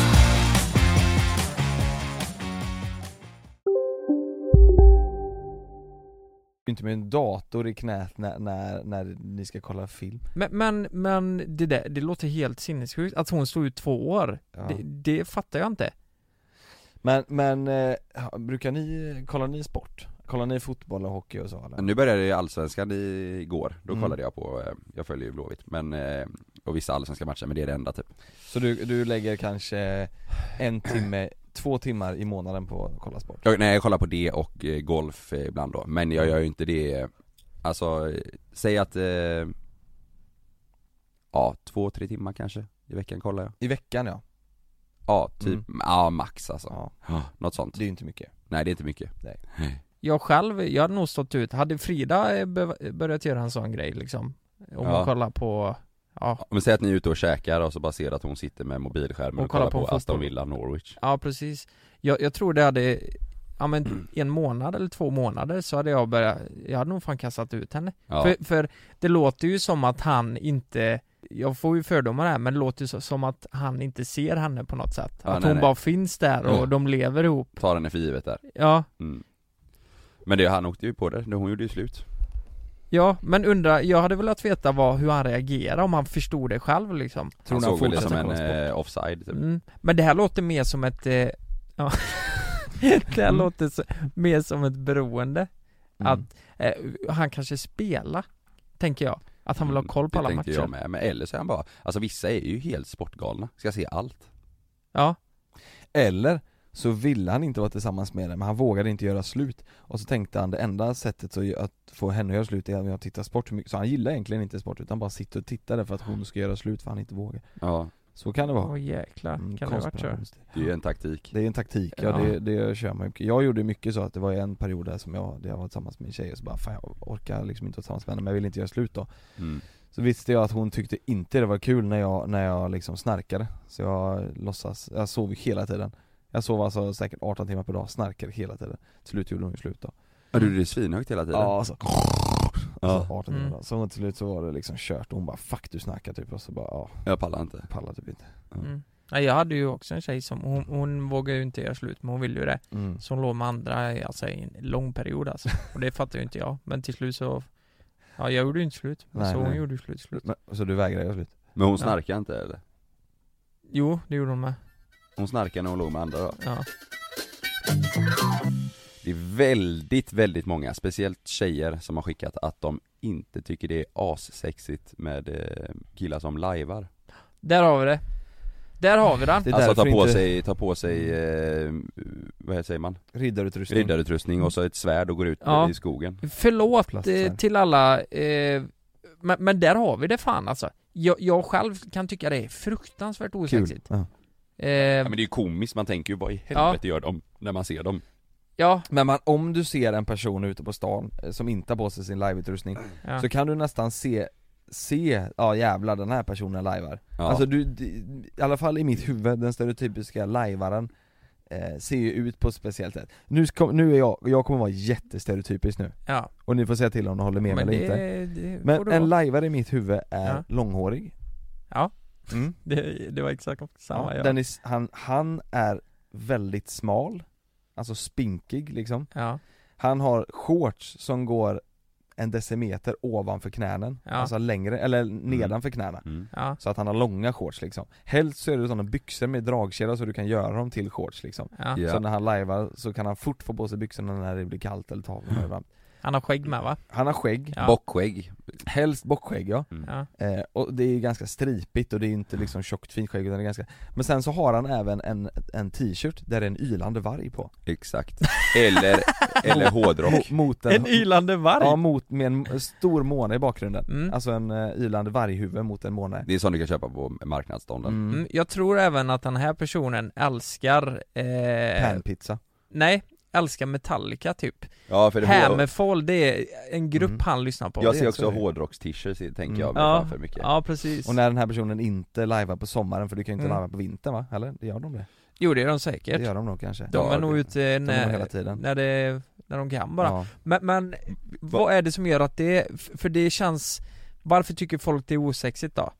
F: ju inte med en dator i knät när, när, när ni ska kolla film.
H: Men, men, men det där, det låter helt sinnessjukt att hon stod ut två år.
F: Ja.
H: Det, det fattar jag inte.
F: Men, men eh, ha- brukar ni, kollar ni sport? Kollar ni fotboll och hockey och så eller?
G: Nu började ju Allsvenskan i- igår. Då
F: Mm.
G: kollade jag på, eh, jag följer ju Blåvitt, men, eh, och vissa allsvenska matcher, men det är det enda typ.
F: Så du, du lägger kanske en timme, två timmar i månaden på att kolla sport?
G: Jag, nej jag kollar på det och eh, golf eh, ibland då, men jag gör ju inte det, eh, alltså, eh, säg att, eh, ja, två, tre timmar kanske i veckan kollar jag.
F: I veckan ja.
G: Ja, typ, ja max alltså.
F: Mm. ja.
G: Ja. Något sånt.
F: Det är ju inte mycket.
G: Nej det är inte mycket.
H: Jag själv, jag hade nog stått ut. Hade Frida eh, be- börjat göra en sån grej liksom? Om
G: Ja.
H: man kollar på, ja,
G: Om vi säger att ni är ute och käkar och så bara ser att hon sitter med mobilskärmen och,
H: Och kollar
G: kollar på,
H: på
G: Aston
H: fotboll.
G: Villa Norwich.
H: ja precis. Jag, jag tror det hade, ja men en månad eller två månader så hade jag börjat, jag hade nog fan kastat ut henne.
G: Ja.
H: För, för det låter ju som att han inte jag får ju fördomar här men det låter ju så- som att han inte ser henne på något sätt.
G: Ja,
H: att
G: nej,
H: hon
G: nej.
H: bara finns där och
G: Ja.
H: de lever ihop.
G: Tar henne för givet där.
H: Ja,
G: Mm. Men det, han åkte ju på det, hon gjorde ju slut.
H: ja men undra, jag hade velat veta vad, hur han reagerar om han förstod det själv liksom.
F: Tror
G: han
F: ni han
G: såg väl det som
F: fortsätter
G: en
F: kolla
G: eh, offside typ.
H: Mm. Men det här låter mer som ett, eh, ja. [laughs] det
G: Mm.
H: här låter så, mer som ett beroende.
F: Mm.
H: Att eh, han kanske spelar, tänker jag. Att han vill ha koll på alla
G: Mm, det tänkte
H: matcher.
G: jag med, men eller så är han bara, alltså vissa är ju helt sportgalna, ska se allt.
H: Ja,
F: Eller så ville han inte vara tillsammans med henne men han vågade inte göra slut Och så tänkte han det enda sättet så att få henne att göra slut är att jag tittar sport för mycket Så han gillar egentligen inte sport utan bara sitter och tittar där för att hon ska göra slut för han inte vågar
G: Ja,
F: Så kan det
H: åh
F: vara
H: jäklar.
F: Mm,
H: kan det ha varit så?
F: konspirationsteori.
G: det är ju en taktik.
F: Det är en taktik, ja,
H: Ja.
F: Det, det kör man mycket Jag gjorde mycket så att det var en period där som jag, där jag var tillsammans med en tjej och så bara fan jag orkar liksom inte vara tillsammans med henne men jag vill inte göra slut då
G: Mm.
F: Så visste jag att hon tyckte inte det var kul när jag, när jag liksom snarkade Så jag låtsas, jag sov ju hela tiden Jag sov alltså säkert 18 timmar per dag, snarkade hela tiden Till slut gjorde hon ju slut då
G: Ja du, det är svinhögt hela tiden.
F: Ja
H: alltså.
F: så,
G: Ja.
F: så 18 timmar per
H: Mm.
F: dag, så till slut så var det liksom kört och hon bara 'fuck du snarkar' typ och så bara ja,
G: Jag pallar inte.
F: jag pallar typ inte
H: Mm. Nej, jag hade ju också en tjej som, hon, hon vågade ju inte göra slut men hon ville ju det.
F: mm.
H: Så hon låg med andra i, alltså, i en lång period alltså. Och det fattar ju inte jag. Men till slut så, ja jag gjorde ju inte slut. Men
F: Nej,
H: så hon
F: nej.
H: gjorde ju slut, slut.
F: Men, Så du vägrade göra slut?
G: Men hon snarkar inte eller?
H: Jo, det gjorde hon med.
G: Hon snarkar när hon låg med andra då.
H: Ja.
G: Det är väldigt, väldigt många, speciellt tjejer som har skickat att de inte tycker det är assexigt med eh, killar som lajvar.
H: Där har vi det. Där har vi den.
F: Det är
G: Alltså ta
F: därför
G: på
F: inte-
G: sig, ta på sig, eh, vad säger man?
F: Riddarutrustning
G: Riddarutrustning och så ett svärd och går ut
H: Ja.
G: i skogen.
H: Förlåt
F: Plastar.
H: eh, till alla, eh, men, men där har vi det fan alltså. Jag, jag själv kan tycka det är fruktansvärt
F: Kul,
H: osexigt.
F: ja.
H: Eh,
G: Ja, men det är ju komiskt, man tänker ju vad i helvete gör de när man ser dem?
H: Ja.
F: Men man, om du ser en person ute på stan eh, som inte har på sig sin liveutrustning
H: Ja.
F: Så kan du nästan se, se, ja jävlar den här personen lajvar
G: Ja.
F: Alltså du, d- i alla fall i mitt huvud, den stereotypiska lajvaren eh, Ser ju ut på ett speciellt sätt Nu, ska, nu är jag, jag kommer vara jättestereotypisk nu
H: Ja.
F: Och ni får säga till om ni håller med mig
H: Men
F: eller
H: det-
F: inte
H: det får
F: Men
H: du
F: en
H: vara.
F: lajvare i mitt huvud är
H: Ja.
F: långhårig
H: Ja.
F: Mm.
H: Det, det var exakt [laughs] samma
F: ja,
H: jag.
F: den är, s- han, han är väldigt smal, alltså spinkig liksom Han har shorts som går en decimeter ovanför knänen,
H: Ja. Mm.
F: alltså längre, eller nedanför knäna
G: Mm.
H: Ja.
F: Så att han har långa shorts liksom Helst så är det sådana byxor med dragkedja så du kan göra dem till shorts liksom
H: Ja.
F: Så
H: Ja.
F: när han lajvar så kan han fort få på sig byxorna när det blir kallt eller torrt eller varmt.
H: Han har skägg med va?
F: Han har skägg
H: Mm. Ja.
G: Bockskägg
F: Helst bockskägg ja,
H: Ja.
F: Eh, och det är ju ganska stripigt och det är ju inte liksom tjockt fint skägg utan det är ganska Men sen så har han även en, en t-shirt där det är en ylande varg på
G: Exakt Eller, eller hårdrock
F: Mo- mot
H: En ylande varg?
F: Ja, mot, med en stor måne i bakgrunden
H: Mm.
F: Alltså en eh, ylande varghuvud mot en måne
G: Det är sånt du kan köpa på marknadsstånden
H: Mm. Jag tror även att den här personen älskar... Eh,
F: Panpizza
H: Nej, älskar Metallica typ
G: Ja, för det-
H: Hammerfall, det är en grupp han lyssnar på
G: Jag
H: Det
G: ser
H: är
G: också
H: så-
G: hårdrocks-t-shirts tänker
F: Mm.
G: jag
H: Ja.
G: för mycket
H: Ja, precis
F: Och när den här personen inte lajvar på sommaren för du kan ju inte
H: Mm.
F: lajva på vintern va? Eller? Det gör de det?
H: Jo det är de säkert
F: Det gör de nog kanske
H: De är nog ute
F: De är nog
H: när,
F: hela tiden
H: när, det, när de kan bara
F: Ja.
H: Men, men vad är det som gör att det, för det känns Varför tycker folk det är osexigt då?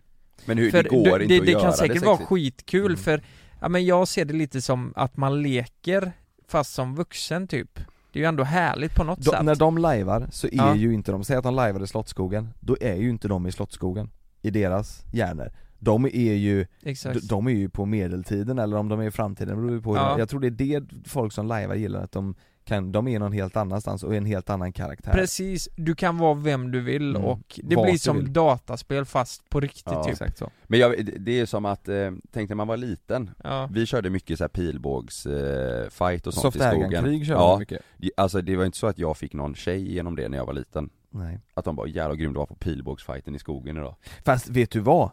G: Men hur- det
H: för
G: går
H: du-
G: inte
H: det,
G: att
H: det
G: göra
H: kan
G: det
H: säkert vara
G: sexigt.
H: skitkul för, ja men jag ser det lite som att man leker fast som vuxen typ Det är ju ändå härligt på något
F: de,
H: sätt
F: När de lajvar så är
H: Ja.
F: ju inte de, säg att de lajvar i Slottsskogen, då är ju inte de i Slottsskogen I deras hjärnor De är ju,
H: Exakt.
F: de, de är ju på medeltiden eller om de är i framtiden, det beror ju på hur
H: Ja.
F: de, Jag tror det är det folk som lajvar gillar, att de kan, de är någon helt annanstans och är en helt annan karaktär
H: Precis, du kan vara vem du vill
F: Mm.
H: och det
F: Vad
H: blir
F: du
H: som
F: vill.
H: dataspel fast på riktigt typ
F: så
G: Men jag, det- det är som att, eh, tänk när man var liten,
H: Ja.
G: vi körde mycket så här pilbågs eh, fight och sånt
F: Soft
G: i skogen
F: ägankrig körde vi mycket.
G: Det- Alltså det var inte så att jag fick någon tjej genom det när jag var liten
F: Nej.
G: Att de bara 'jävlar vad grym du var på pilbågsfighten i skogen idag'
F: Fast vet du vad?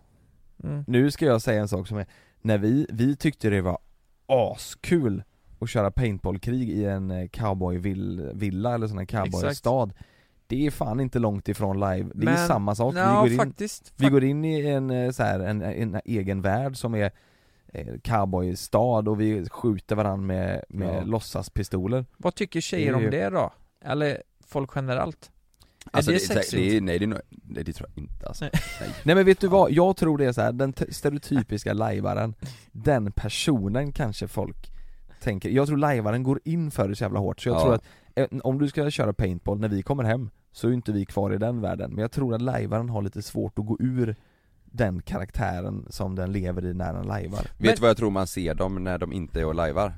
H: Mm.
F: Nu ska jag säga en sak som är, när vi, vi tyckte det var askul att köra paintballkrig i en eh, cowboyvilla eller sån här cowboystad Det är fan inte långt ifrån live, det är
H: Men-
F: samma sak,
H: Ja,
F: vi, går in,
H: faktiskt.
F: vi går in i en, eh, så här, en, en egen värld som är eh, cowboystad och vi skjuter varandra med, med
H: Ja.
F: låtsaspistoler
H: Vad tycker tjejer
F: Det är
H: om
F: ju-
H: det då? Eller folk generellt?
G: Alltså
H: är det,
G: så här-
H: sexigt?
G: det är, nej det är nog- nej det tror jag inte alltså Nej.
F: Nej men vet du vad, jag tror det är så här, den t- stereotypiska
G: [laughs]
F: lajvaren, den personen kanske folk tänker, jag tror lajvaren går in för det så jävla hårt så jag
G: Ja.
F: tror att eh, om du ska köra paintball när vi kommer hem så är inte vi kvar i den världen men jag tror att lajvaren har lite svårt att gå ur den karaktären som den lever i när den lajvar
G: Vet du vad jag tror man ser dem när de inte är och lajvar?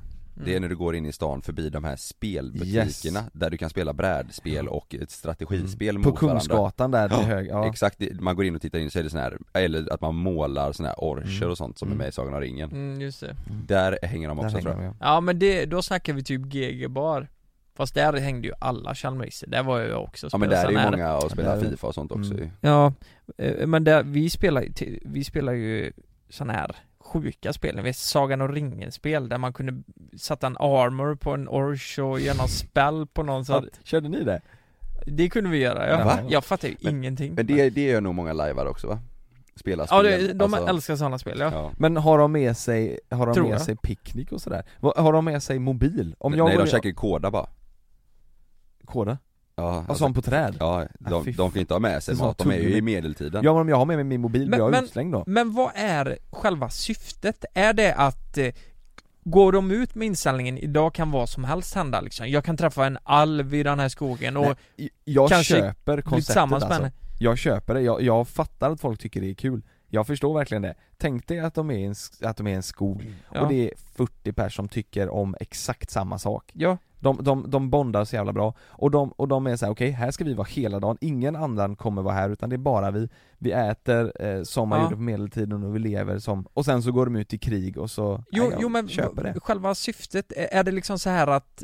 G: Det är när du går in i stan förbi de här spelbutikerna
F: Mm. Yes.
G: där du kan spela brädspel och ett strategispel
F: Mm.
G: mot
F: På
G: varandra.
F: Kungsgatan där till höger, ja.
G: Exakt, Det- man går in och tittar in så är det sån här, eller att man målar såna här orcher
F: Mm.
G: och sånt som är med i Sagan om ringen.
H: Mm, just det.
G: Där hänger de också
F: hänger
G: tror jag.
F: de,
H: Ja men det, då snackar vi typ GG bar Fast där hängde ju alla Chalmeriser, där var jag också och
G: Ja men
H: spelade
G: där är
H: sån
G: ju
H: här-
G: många och spelar Fifa och sånt
F: Mm.
G: också ju.
H: Ja, eh, men där, vi spelar, ju till- vi spelar ju sådana här sjuka spel, ni vet Sagan och ringen-spel där man kunde sätta en armor på en orch och göra någon spell på någon så att,
F: Körde ni det?
H: Det kunde vi göra, jag,
G: Va?
H: jag fattar ju
G: Men-
H: ingenting
G: Men det, det gör nog många lajvar också va? Spelar
H: Ja,
G: spel.
H: det, de
G: alltså.
H: älskar sådana spel ja,
G: Ja.
F: Men har de med sig, har de
H: Tror
F: med
H: jag.
F: sig picknick och sådär? Vad- Har de med sig mobil? Om
G: Nej
F: går
G: de
F: in-
G: käkar ju kåda bara.
F: Kåda?
G: Ja, alltså,
F: Och sånt på träd?
G: Ja, de,
F: fy
G: de kan ju inte ha med sig
F: Sån
G: mat, de är ju
F: tuggummi.
G: i medeltiden.
F: Ja men om jag har med mig min mobil blir jag utslängd då?
H: men vad är själva syftet? Är det att eh, Går de ut med inställningen, idag kan vad som helst hända liksom. Jag kan träffa en alv i den här skogen och
F: Nej, jag
H: kanske
F: köper
H: bli
F: konceptet
H: tillsammans med
F: alltså.
H: henne.
F: Jag köper det, jag, jag fattar att folk tycker det är kul Jag förstår verkligen det. Tänk dig att de är i en, sk- att de är i en skog
H: Ja.
F: och det är 40 personer som tycker om exakt samma sak
H: Ja.
F: de, de, de bondar så jävla bra och de, och de är så här: okej här ska vi vara hela dagen, ingen annan kommer vara här utan det är bara vi Vi äter eh, som man
H: Ja.
F: gjorde på medeltiden och vi lever som, och sen så går de ut i krig och så
H: Jo,
F: nej, jag
H: jo men
F: köper det
H: själva syftet, är är det liksom så här att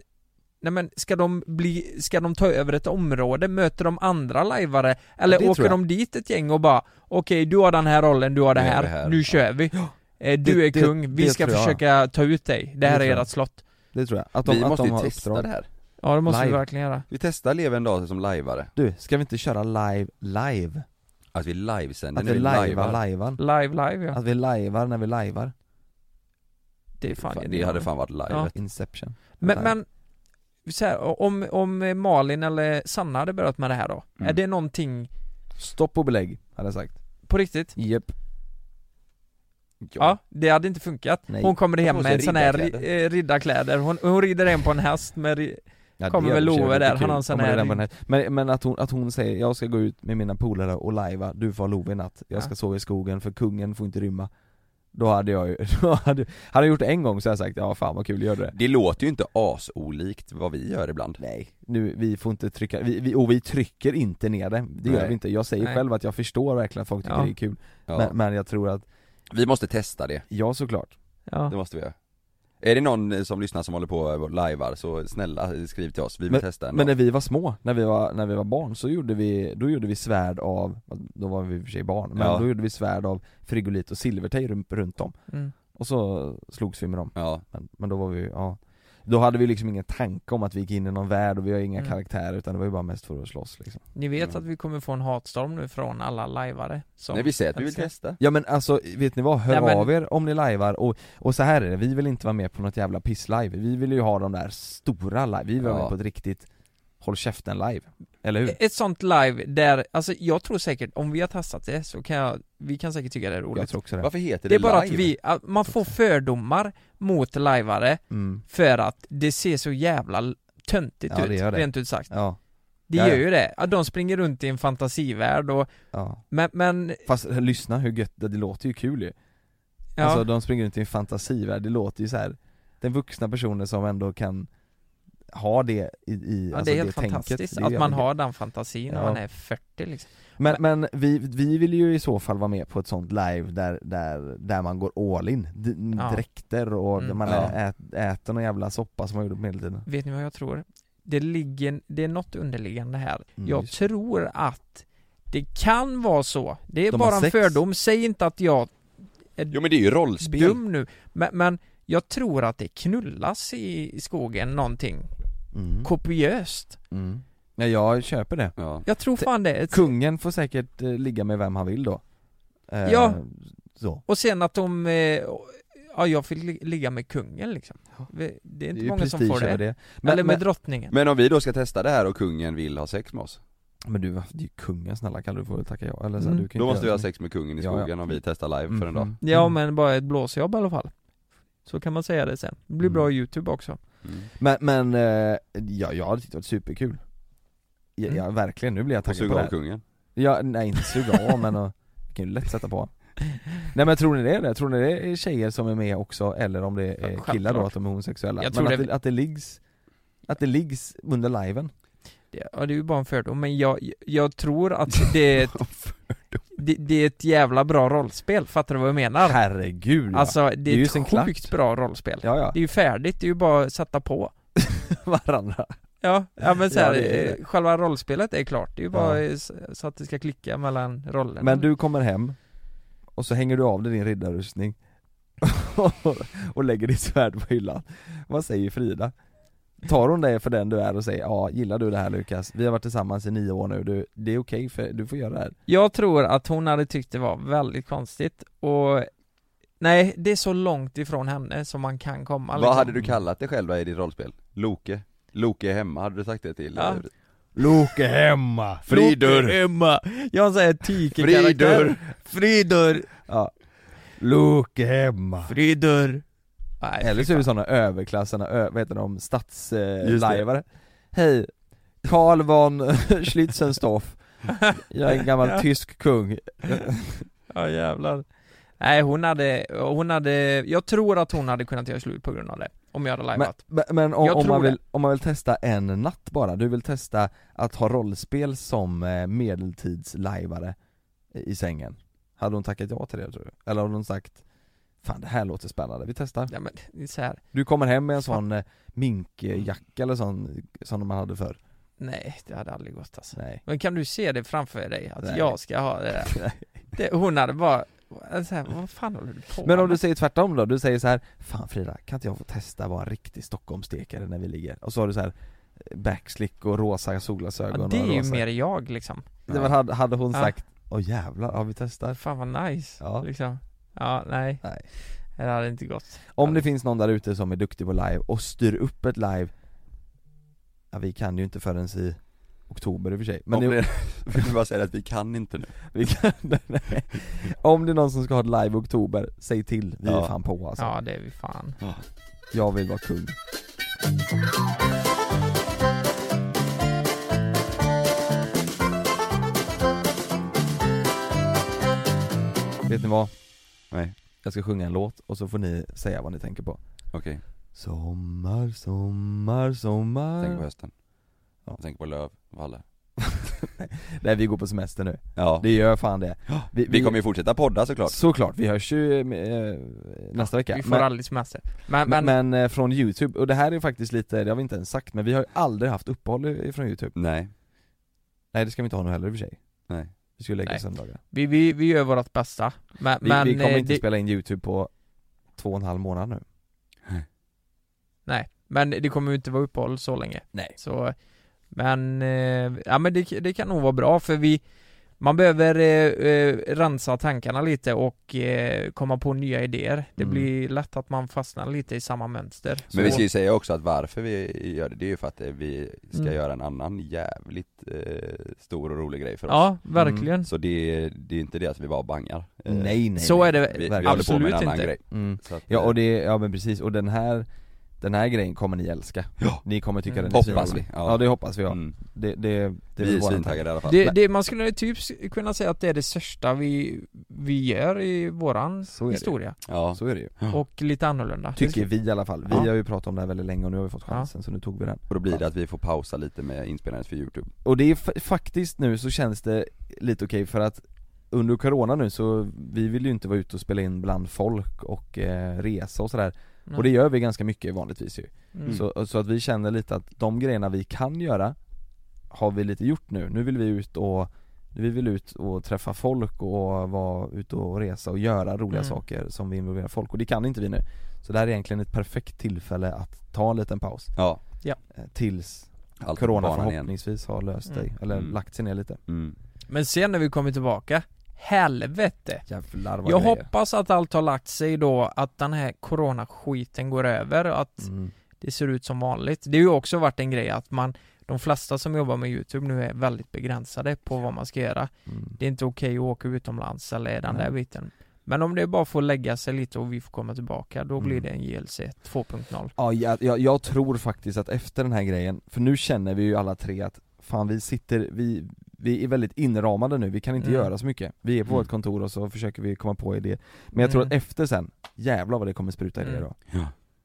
H: Nej men ska de bli, ska de ta över ett område? Möter de andra lajvare? Eller
F: det tror
H: åker
F: jag.
H: de dit ett gäng och bara Okej, du har den här rollen, du har det
G: Nu är
H: här,
G: vi här."
H: nu kör vi [gasps] Eh, Du
F: Det-
H: är
F: det-
H: kung, vi
F: det
H: ska
F: tror jag.
H: försöka ta ut dig, det här
F: Det
H: är
F: tror jag.
H: ert slott
F: Det tror jag, att de,
G: vi
F: att
G: måste
F: de
G: ju
F: har
G: testa
F: uppdrag.
G: det här.
H: Ja det måste
G: Live.
H: vi verkligen göra.
G: Vi testar leva en dag som lajvare.
F: Du, ska vi inte köra live, live?
G: Att vi livesänder
F: Att vi lajvar lajvan?
H: Live live ja.
F: Att vi lajvar när vi lajvar?
H: Det är fan
G: Fan, det
H: genialt.
G: hade fan varit live.
H: Ja.
F: Inception
H: Men, men så här, om, om Malin eller Sanna hade börjat med det här då?
F: Mm.
H: Är det någonting
F: Stopp och belägg, hade jag sagt
H: på riktigt?
F: Japp
H: Ja, det hade inte funkat.
F: Nej.
H: Hon kommer
F: Jag
H: hem
F: måste
H: med en sån här ri-
F: riddarkläder.
H: eh, riddarkläder, hon, hon rider hem på en häst med ri-
F: Ja,
H: Kommer
F: det
H: väl
F: är i och för sig
H: Love där,
F: lite
H: han har
F: kul.
H: en sån
F: Kommer
H: här-
F: den på den Men, men att, hon, att hon säger, jag ska gå ut med mina polare och lajva, du får ha Love i natt, jag ska
H: Ja.
F: sova i skogen för kungen får inte rymma Då hade jag ju, [laughs] då hade, hade jag gjort det en gång så hade jag sagt, ja fan vad kul, gör det
G: Det låter ju inte asolikt vad vi gör ibland.
F: Nej. Nu, vi får inte trycka, vi, vi, och vi trycker inte ner det, det gör
G: Nej.
F: vi inte Jag säger
H: Nej.
F: själv att jag förstår verkligen att folk tycker
H: Ja.
F: det är kul
G: Ja.
F: men, men jag tror att,
G: Vi måste testa det,
F: ja såklart
H: Ja.
G: det måste vi göra. Är det någon eh, som lyssnar som håller på och lajvar så snälla eh, skriv till oss, vi vill testa en
F: Men
G: dag.
F: när vi var små, när vi var, när vi var barn, så gjorde vi, då gjorde vi svärd av, då var vi i och för sig barn, men
G: Ja.
F: då gjorde vi svärd av frigolit och silvertej runt, runt om
H: Mm.
F: Och så slogs vi med dem,
G: Ja,
F: men, men då var vi, ja Då hade vi liksom ingen tanke om att vi gick in i någon värld och vi har inga
H: Mm.
F: karaktärer utan det var ju bara mest för att slåss liksom
H: Ni vet
G: Mm.
H: att vi kommer få en hatstorm nu från alla lajvare som...
G: när vi säger att vi vill
H: älskar-
G: testa.
F: Ja men alltså, vet ni vad? Hör
H: Nej, men-
F: av er om ni lajvar och, och så här är det, vi vill inte vara med på något jävla piss-live Vi vill ju ha de där stora live, vi vill vara
G: Ja.
F: med på ett riktigt Håll käften-live, eller hur?
H: Ett sånt live där, alltså jag tror säkert, om vi har testat det så kan jag, vi kan säkert tycka det är
F: Jag
H: roligt
F: tror också det
G: Varför heter
H: Det
G: det,
H: är bara
G: live?
H: att vi, att man får fördomar mot lajvare
F: mm.
H: för att det ser så jävla töntigt
F: Ja, det
H: ut,
F: gör det.
H: rent ut sagt
F: Ja,
H: Det
F: Ja,
H: gör
F: ja.
H: ju det, att de springer runt i en fantasivärld och,
F: ja
H: men, men
F: Fast eh, lyssna hur gött, det det låter ju kul ju
H: ja,
F: Alltså de springer runt i en fantasivärld, det låter ju så här. Den vuxna personen som ändå kan ha det i, i
H: ja
F: alltså
H: det är helt
F: tänket,
H: fantastiskt
F: det är ju
H: att man
F: jävligt
H: har den fantasin när
F: Ja.
H: man är 40 liksom
F: gött. Men, men vi, vi vill ju i så fall vara med på ett sånt live där, där, där man går all in, D-
H: Ja.
F: dräkter och
H: Mm.
F: man
G: Ja.
F: ä, ät, äter någon jävla soppa som man gjorde på medeltiden
H: Vet ni vad jag tror? Det ligger, det är något underliggande här
F: Mm,
H: Jag
F: just
H: tror att det kan vara så, det är
F: De har
H: bara en
F: sex.
H: fördom, säg inte att jag
G: Jo men det är ju rollspel.
H: dum nu men, men jag tror att det knullas i i skogen någonting
F: mm.
H: kopiöst
F: Mm. Ja, jag köper det
G: Ja.
H: Jag tror fan det Ett-
F: Kungen får säkert eh, ligga med vem han vill då Eh,
H: Ja.
F: Så
H: Och sen att de, eh, ja jag fick li- ligga med kungen liksom Det är inte många som
F: prestige
H: får det,
F: över Men,
H: eller med
F: men,
H: drottningen
G: Men om vi då ska testa det här och kungen vill ha sex med oss,
F: men du, det är ju kungen snälla kan du få tacka ja? Eller så,
H: Mm.
F: du kan ju
G: då
F: inte
G: måste vi
F: göra
G: ha
F: så
G: sex med kungen i
F: Ja, ja.
G: skogen om vi testar live för en dag.
F: Mhm.
H: Ja men bara ett blåsjobb i alla fall Så kan man säga det sen, det blir bra youtube också
G: Mm.
F: Men, men eh, ja, jag hade tyckt det var superkul ja,
H: Mm.
F: ja, verkligen, nu blir jag
G: Och
F: taggad på
G: suga
F: det
G: av
F: här.
G: kungen.
F: Ja, nej inte suga av men och, jag kan ju lätt sätta på Nej men tror ni det är det? Tror ni det är tjejer som är med också eller om det är
H: Självklart.
F: killar då, att de är homosexuella?
H: Jag
F: men
H: tror
F: att,
H: det-
F: det... att det liggs att det liggs under liven?
H: det, Ja det är ju bara en fördom, men jag, jag tror att
F: [laughs]
H: det är ett, det, det är ett jävla bra rollspel, fattar du vad jag menar?
F: Herregud ja.
H: Alltså det,
F: Det är
H: är
F: ju
H: ett
F: sin
H: sjukt
F: klart.
H: bra rollspel
F: ja, ja.
H: Det är ju färdigt, det är ju bara att sätta på
F: [laughs] varandra
H: Ja, ja men så
F: Ja,
H: här,
F: det är
H: eh, själva rollspelet är klart, det är ju bara eh, s- så att det ska klicka mellan rollerna
F: Men du kommer hem och så hänger du av dig din riddarrustning [laughs] och lägger ditt svärd på hyllan. Vad säger Frida? Tar hon dig för den du är och säger ja, gillar du det här Lukas? Vi har varit tillsammans i nio år nu, du, det är okej för du får göra det här.
H: Jag tror att hon hade tyckt det var väldigt konstigt och Nej, det är så långt ifrån henne som man kan komma liksom.
G: Vad hade du kallat dig själv i ditt rollspel? Loke? Loke är hemma, hade du sagt det till?
H: Ja.
F: Loke hemma!
G: Fridur!
H: Emma! Jag säger
G: Fridur!
H: tyke-karaktär Fridur!
F: Ja. Loke hemma!
H: Fridur! Nej,
F: Eller så är vi sådana överklassarna, ö, vad heter de,
G: Just det.
F: stadslajvare. Hej, Karl von [laughs] Schlitzenstoff. Jag är en gammal
H: [laughs] Ja.
F: tysk kung.
H: Ja jävlar Nej hon hade, hon hade, jag tror att hon hade kunnat göra slut på grund av det Om jag hade
F: Men,
H: lajvat
F: men- men om,
H: Jag
F: om,
H: tror
F: man vill,
H: det.
F: om man vill testa en natt bara, du vill testa att ha rollspel som eh, medeltidslajvare i i sängen? Hade hon tackat ja till det tror du? Eller hade hon sagt Fan det här låter spännande, vi testar.
H: Ja men det är så här.
F: Du kommer hem med en
H: Fan.
F: sån eh, minkjacka eller sån som man hade förr?
H: nej det hade aldrig gått alltså Äh.
F: Nej.
H: Men kan du se det framför dig?
F: [laughs]
H: Att
F: Nej.
H: jag ska ha det där? Det, hon hade bara, så här, vad fan håller du på
F: Men om
H: med?
F: du säger tvärtom då, du säger så här Fan Frida, kan inte jag få testa att vara en riktig Stockholmsstekare när vi ligger? Och så har du så här backslick och rosa solglasögon
H: det är
F: och
H: ju
F: rosa.
H: mer jag liksom
F: Det var, hade, hade hon
H: Ja.
F: sagt Åh jävlar, ja vi testar
H: Fan vad nice,
F: Ja.
H: liksom Ja, nej, Det hade inte gått
F: Om det finns någon där ute som är duktig på live och styr upp ett live Ja vi kan ju inte förrän i oktober i och för sig
G: Om
F: det-
G: det- [laughs] vill du bara säga att vi kan inte nu?
F: Vi kan, [laughs] nej. Om det är någon som ska ha ett live i oktober, säg till, vi är
G: Ja.
F: fan på alltså
H: Ja, det är vi fan
F: Jag vill vara kung Vet ni vad?
G: Nej
F: Jag ska sjunga en låt och så får ni säga vad ni tänker på
G: Okej,
F: Sommar, sommar, sommar
G: tänk på hösten Jag tänker på löv, valle
F: Nej vi går på semester nu,
G: Ja,
F: det gör fan det
G: vi, kommer ju fortsätta podda såklart
F: Såklart, vi hörs ju eh, nästa vecka
H: Vi får
F: Men-
H: aldrig semester men, men,
F: Men, men, eh, från youtube, och det här är faktiskt lite, det har vi inte ens sagt, men vi har ju aldrig haft uppehåll i- från youtube
G: Nej,
F: Nej det ska vi inte ha nu heller i och för sig
G: nej
F: Vi skulle lägga
H: Nej.
F: söndagar
H: vi, vi, vi gör vårt bästa Men,
F: vi,
H: men
F: vi kommer
H: eh,
F: inte
H: det,
F: spela in youtube på två och en halv månad nu
H: nej, men det kommer ju inte vara uppehåll så länge
F: Nej
H: Så, men, eh, ja men det, det kan nog vara bra för vi Man behöver eh, eh, rensa tankarna lite och eh, komma på nya idéer Det
F: Mm.
H: blir lätt att man fastnar lite i samma mönster
G: Men vi
H: Så-
G: ska ju säga också att varför vi gör det, det är ju för att eh, vi ska
H: Mm.
G: göra en annan jävligt eh, stor och rolig grej för oss
H: Ja, verkligen
G: Så det, det är inte det att vi bara bangar Eh,
F: Nej nej
H: Så
F: Mm. nej.
H: är det
G: vi, vi
F: verkligen.
G: håller på med
H: absolut
G: en annan
H: inte.
G: grej
F: mm.
G: så att,
F: Ja och
G: eh,
F: det, ja men precis, och den här den här grejen kommer ni älska,
G: Ja.
F: ni kommer tycka
H: Mm.
F: den är
G: Hoppas
F: svinrolig.
G: vi,
F: ja.
G: ja.
F: det hoppas vi ja.
G: mm.
F: det, det, det
G: Vi är
F: våran
G: svintaggade i alla fall
H: det, det, man skulle typ s- kunna säga att det är det största vi, vi gör i våran
F: Så är det.
H: historia
G: Ja,
F: tanke. Så är det ju,
H: och lite annorlunda
F: tycker vi i alla fall. Vi
H: Ja.
F: har ju pratat om det här väldigt länge och nu har vi fått
H: Ja.
F: chansen så nu tog vi den
G: och då blir det att vi får pausa lite med inspelandet för youtube
F: Och det är fa- faktiskt nu så känns det lite okej för att under corona nu så, vi vill ju inte vara ute och spela in bland folk och eh, resa och sådär
H: Nej.
F: Och det gör vi ganska mycket vanligtvis ju
H: Mm.
F: så, så att vi känner lite att de grejerna vi kan göra Har vi lite gjort nu, nu vill vi ut och Vi vill ut och träffa folk och vara ute och resa och göra roliga
H: Mm.
F: saker som vi involverar folk och det kan inte vi nu Så det här är egentligen ett perfekt tillfälle att ta en liten paus
G: Ja,
F: eh, Tills
G: allt
F: Corona
G: banan igen.
F: förhoppningsvis har löst sig,
H: Mm.
F: eller
G: Mm.
F: lagt sig ner lite
G: Mm.
H: Men sen när vi kommer tillbaka, helvete!
F: Jävlar vad
H: Jag
F: grejer.
H: hoppas att allt har lagt sig då, att den här coronaskiten går över och att
F: Mm.
H: det ser ut som vanligt. Det har ju också varit en grej att man, de flesta som jobbar med YouTube nu är väldigt begränsade på vad man ska göra.
F: Mm.
H: Det är inte okej att åka utomlands eller den
F: Nej.
H: där biten. Men om det bara får lägga sig lite och vi får komma tillbaka, då blir
F: Mm.
H: det en JLC 2.0.
F: Ja, jag, jag, jag tror faktiskt att efter den här grejen, för nu känner vi ju alla tre att fan vi sitter, vi, vi är väldigt inramade nu, vi kan inte
H: Mm.
F: göra så mycket. Vi är på
G: Mm.
F: vårt kontor och så försöker vi komma på idéer. Men jag tror
H: Mm.
F: att efter sen, jävlar vad det kommer spruta idéer
H: Mm.
F: då.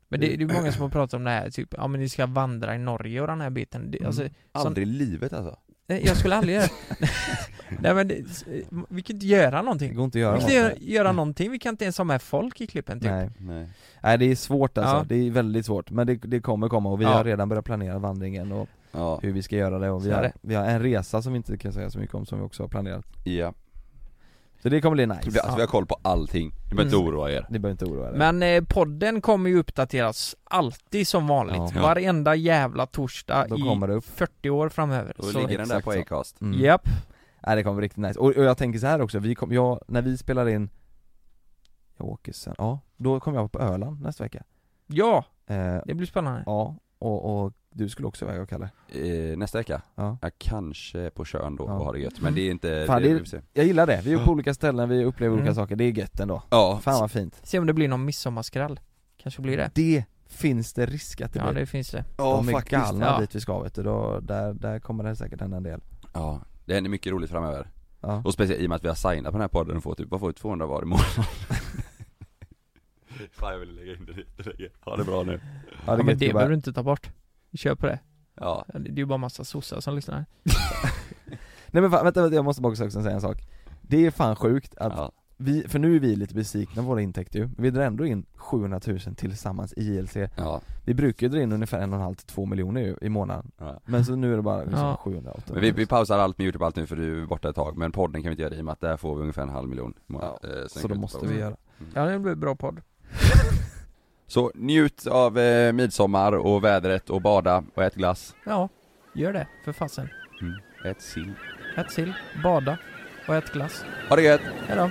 H: Men det, det är många som har pratat om det här, typ, ja men ni ska vandra i Norge och den här biten. Det,
F: Mm.
H: alltså,
G: Aldrig i livet alltså
H: Nej, jag
F: [laughs]
H: skulle aldrig göra Nej men det, vi kan inte göra
F: Det
H: någonting
F: går inte att göra
H: Vi
F: något.
H: kan inte göra, göra någonting, vi kan inte ens ha med folk i klippen typ
F: Nej.
G: Nej
F: Nej det är svårt alltså,
H: Ja.
F: det är väldigt svårt. Men det, det kommer komma och vi
H: Ja.
F: har redan börjat planera vandringen och
G: Ja,
F: hur vi ska göra det och vi
H: Så är
F: har,
H: det.
F: vi har en resa som vi inte kan säga så mycket om som vi också har planerat.
G: ja.
F: Så det kommer bli
G: Det blir-
F: nice.
G: Alltså, vi har koll på allting, ni behöver inte oroa er
F: Ni behöver inte oroa er.
H: Men eh, podden kommer ju uppdateras alltid som vanligt,
F: Ja.
H: varenda jävla torsdag
F: Då
H: i
F: kommer det upp.
H: 40 år framöver
G: Då ligger den där
F: exakt
G: på
F: så.
G: Acast
F: Mm.
H: Japp,
F: Nej det kommer bli riktigt nice, och, och jag tänker så här också, vi kom, jag, när vi spelar in Jag åker sen, ja, då kommer jag på Öland nästa vecka
H: ja,
F: eh,
H: det blir spännande
F: Ja, och, och du skulle också iväg och Kalle
G: eh, Nästa vecka?
F: Ja.
G: Ja, kanske på Tjörn då
F: Ja.
G: och ha det gött, men det är inte,
F: Fan,
G: det,
F: det är-
G: vi får se.
F: Jag gillar det, vi är på olika ställen, vi upplever olika
H: Mm.
F: saker, det är gött ändå
G: Ja,
F: Fan vad fint
H: Se om det blir någon midsommarskrall, kanske blir det
F: Det finns det risk att det
H: Ja
F: blir
H: det finns det
F: De är galna
H: Ja.
F: dit vi ska vet du, då, där, där kommer det säkert hända en del
G: Ja, det händer mycket roligt framöver.
F: Ja,
G: Och speciellt i och med att vi har signat på den här podden och får typ, vad får vi, 200 var i månaden? [laughs] Fan jag ville lägga in det lite längre. Ha det bra nu.
F: ja
H: ja,
F: det är
H: men
F: gött
H: det
F: gubbar.
H: behöver du inte ta bort Vi kör på det,
G: Ja,
H: det är ju bara massa sossar som lyssnar
F: Nej men fan, vänta, vänta, jag måste bara också säga en sak Det är fan sjukt att
G: ja.
F: vi, för nu är vi lite besvikna på våra intäkter ju, vi drar ändå in 700 000 tillsammans i JLC
G: ja.
F: Vi brukar ju dra in ungefär en och en halv till två miljoner ju i månaden
G: Ja.
F: Men så nu är det bara liksom
H: Ja.
F: 700 800
G: Men vi, vi pausar allt med youtube och allt nu för du är borta ett tag, men podden kan vi inte göra det i och med att där får vi ungefär en halv miljon i månaden. Eh, sen
F: Så
G: kan
F: då
G: vi
F: måste
G: pausa.
F: vi göra
H: Ja det blir en bra podd
L: Så njut av eh, midsommar och vädret och bada och ät glass.
H: Ja, gör det för fasen.
L: Mm. Ät sill.
H: Ät sill, bada och ät glass.
L: Ha det gött!
H: Hejdå.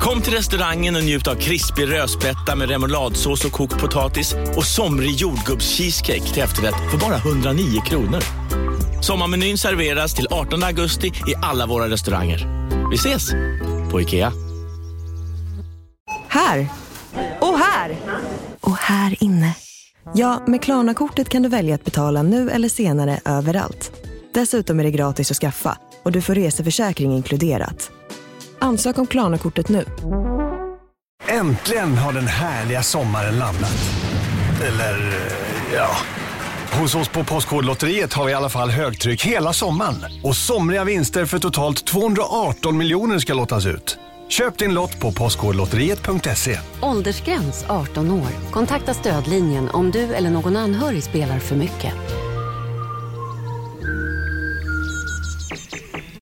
B: Kom till restaurangen och njut av krispig rödspätta med remouladsås och kokt potatis och somrig jordgubbscheesecake till efterrätt för bara 109 kronor. Sommarmenyn serveras till 18 augusti i alla våra restauranger. Vi ses! På IKEA.
E: Här! Och här! Och här inne. Ja, med Klarna-kortet kan du välja att betala nu eller senare överallt. Dessutom är det gratis att skaffa och du får reseförsäkring inkluderat. Ansök om Klarna-kortet nu.
M: Äntligen har den härliga sommaren landat. Eller, eh, ja. Hos oss på Postkodlotteriet har vi i alla fall högtryck hela sommaren. Och somriga vinster för totalt 218 miljoner ska lottas ut. Köp din lott på postkodlotteriet.se.
N: Åldersgräns 18 år. Kontakta stödlinjen om du eller någon anhörig spelar för mycket.